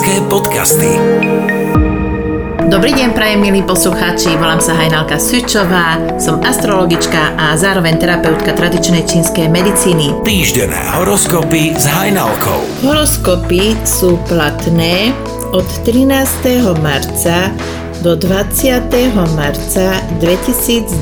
Podcasty. Dobrý deň, prajem milí poslucháči, volám sa Hajnalka Sučová, som astrologička a zároveň terapeutka tradičnej čínskej medicíny. Týždené horoskopy s Hajnalkou. Horoskopy sú platné od 13. marca do 20. marca 2022.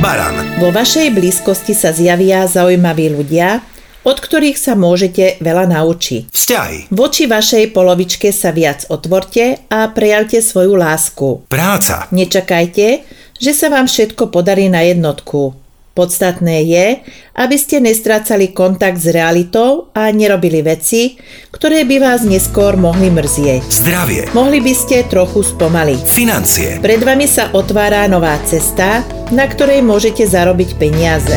Baran, Vo vašej blízkosti sa zjavia zaujímaví ľudia, od ktorých sa môžete veľa naučiť. vzťahy, Voči vašej polovičke sa viac otvorte a prejavte svoju lásku. práca, Nečakajte, že sa vám všetko podarí na jednotku. Podstatné je, aby ste nestrácali kontakt s realitou a nerobili veci, ktoré by vás neskôr mohli mrzieť. zdravie, Mohli by ste trochu spomaliť. financie, Pred vami sa otvára nová cesta, na ktorej môžete zarobiť peniaze.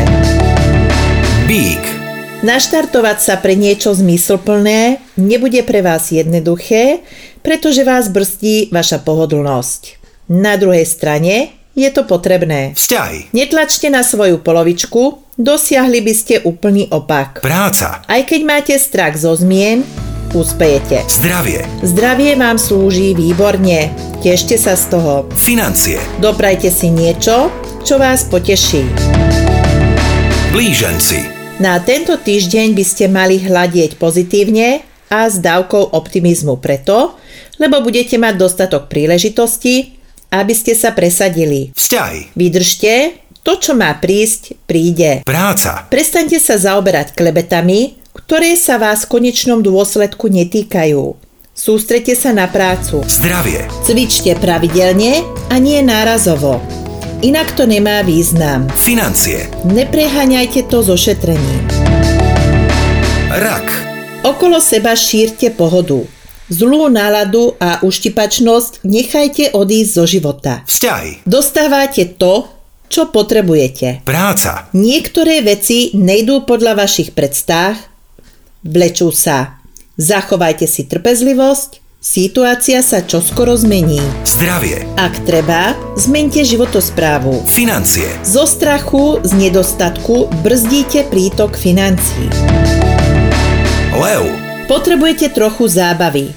bík, Naštartovať sa pre niečo zmysluplné nebude pre vás jednoduché, pretože vás brzdí vaša pohodlnosť. Na druhej strane je to potrebné. vzťahy, Netlačte na svoju polovičku, dosiahli by ste úplný opak. práca, Aj keď máte strach zo zmien, uspejete. zdravie, Zdravie vám slúži výborne, tešte sa z toho. financie, Doprajte si niečo, čo vás poteší. blíženci, Na tento týždeň by ste mali hľadieť pozitívne a s dávkou optimizmu preto, lebo budete mať dostatok príležitosti, aby ste sa presadili. vzťahy, Vydržte, to, čo má prísť, príde. práca, Prestaňte sa zaoberať klebetami, ktoré sa vás v konečnom dôsledku netýkajú. Sústrete sa na prácu. zdravie, Cvičte pravidelne a nie nárazovo. Inak to nemá význam. financie, Nepreháňajte to so šetrením. rak, Okolo seba šírte pohodu. Zlú náladu a uštipačnosť nechajte odísť zo života. vzťahy, Dostávate to, čo potrebujete. práca, Niektoré veci nejdú podľa vašich predstách, vlečú sa. Zachovajte si trpezlivosť, situácia sa čoskoro zmení. zdravie, Ak treba, zmente životosprávu. financie, Zo strachu, z nedostatku brzdíte prítok financií. lev, Potrebujete trochu zábavy.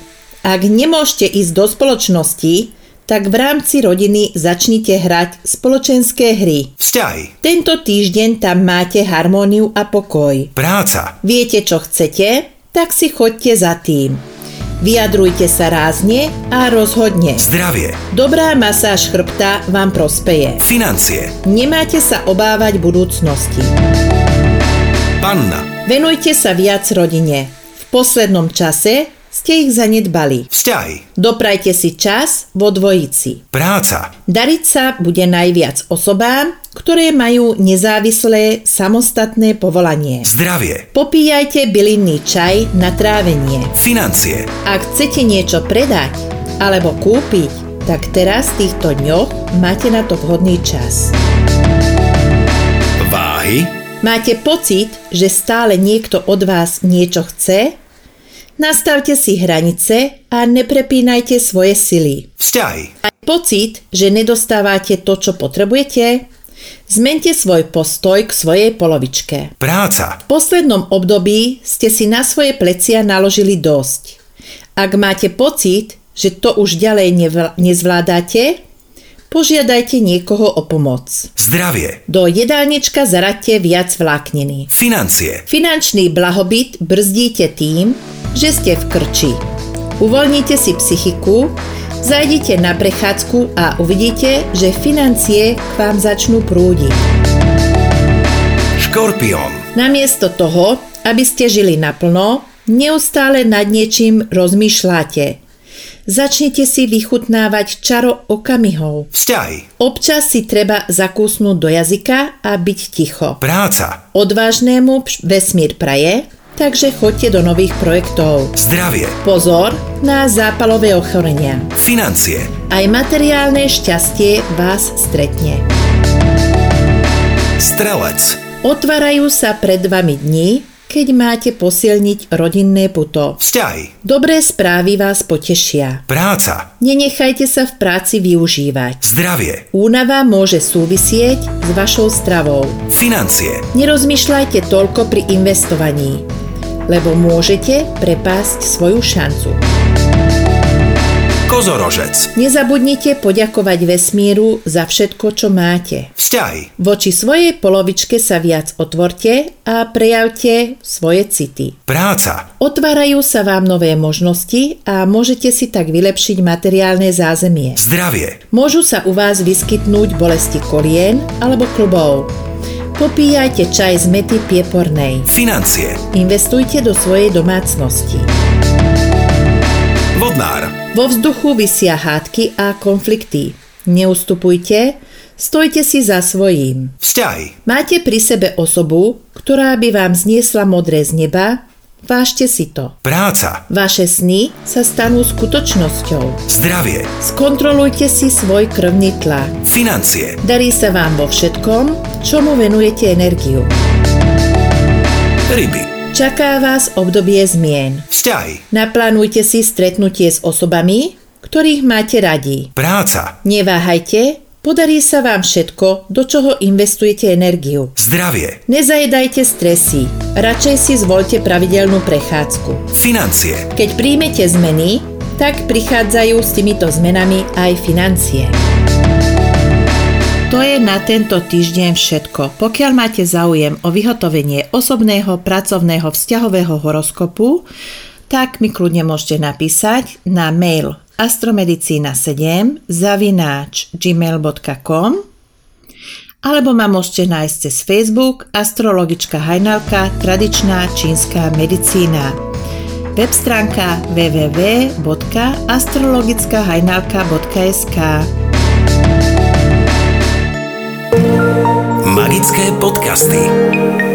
Ak nemôžete ísť do spoločnosti, tak v rámci rodiny začnite hrať spoločenské hry. vzťahy, Tento týždeň tam máte harmóniu a pokoj. práca, Viete, čo chcete, tak si chodte za tým. Vyjadrujte sa rázne a rozhodne. zdravie, Dobrá masáž chrbta vám prospeje. financie, Nemáte sa obávať budúcnosti. panna, Venujte sa viac rodine. V poslednom čase ste ich zanedbali. vzťahy, Doprajte si čas vo dvojici. práca, Dariť sa bude najviac osobám, ktoré majú nezávislé samostatné povolanie. zdravie, Popíjajte bylinný čaj na trávenie. financie, Ak chcete niečo predať alebo kúpiť, tak teraz v týchto dňoch máte na to vhodný čas. váhy, Máte pocit, že stále niekto od vás niečo chce? Nastavte si hranice a neprepínajte svoje sily. vzťahy, Pocit, že nedostávate to, čo potrebujete? Zmente svoj postoj k svojej polovičke. práca, V poslednom období ste si na svoje plecia naložili dosť. Ak máte pocit, že to už ďalej nevl- nezvládate, požiadajte niekoho o pomoc. zdravie, Do jedálnička zaraďte viac vlákniny. financie, Finančný blahobyt brzdíte tým, že ste v krči. Uvoľnite si psychiku, zajdite na prechádzku a uvidíte, že financie k vám začnú prúdiť. škorpión, Namiesto toho, aby ste žili naplno, neustále nad niečím rozmýšľate. Začnite si vychutnávať čaro okamihov. vzťahy, Občas si treba zakúsnúť do jazyka a byť ticho. práca, Odvážnému pš- vesmír praje, takže choďte do nových projektov. zdravie, Pozor na zápalové ochorenia. financie, Aj materiálne šťastie vás stretne. strelec, Otvárajú sa pred vami dni, keď máte posilniť rodinné puto. vzťahy, Dobré správy vás potešia. práca, Nenechajte sa v práci využívať. zdravie, Únava môže súvisieť s vašou stravou. financie, Nerozmýšľajte toľko pri investovaní. lebo môžete prepásť svoju šancu. Kozorožec. Nezabudnite poďakovať vesmíru za všetko, čo máte. Vzťahy. Voči svojej polovičke sa viac otvorte a prejavte svoje city. Práca. Otvárajú sa vám nové možnosti a môžete si tak vylepšiť materiálne zázemie. Zdravie. Môžu sa u vás vyskytnúť bolesti kolien alebo klbov. Popíjajte čaj z mety piepornej. Financie. Investujte do svojej domácnosti. Vodnár. Vo vzduchu vysia hádky a konflikty. Neustupujte, stojte si za svojím. Vzťahy. Máte pri sebe osobu, ktorá by vám zniesla modré z neba, vážte si to. Práca. Vaše sny sa stanú skutočnosťou. Zdravie. Skontrolujte si svoj krvný tlak. Financie. Darí sa vám vo všetkom, čomu venujete energiu. Ryby. Čaká vás obdobie zmien. Vzťahy. Naplánujte si stretnutie s osobami, ktorých máte radi. Práca. Neváhajte, podarí sa vám všetko, do čoho investujete energiu. Zdravie. Nezajedajte stresy, radšej si zvolte pravidelnú prechádzku. Financie. Keď príjmete zmeny, tak prichádzajú s týmito zmenami aj financie. To je na tento týždeň všetko. Pokiaľ máte záujem o vyhotovenie osobného, pracovného, vzťahového horoskopu, tak mi kľudne môžete napísať na mail astromedicina7 zavináč gmail.com alebo ma môžete nájsť cez Facebook Astrologička Hajnalka Tradičná čínska medicína. Web stránka www.astrologickahajnalka.sk Magické podcasty.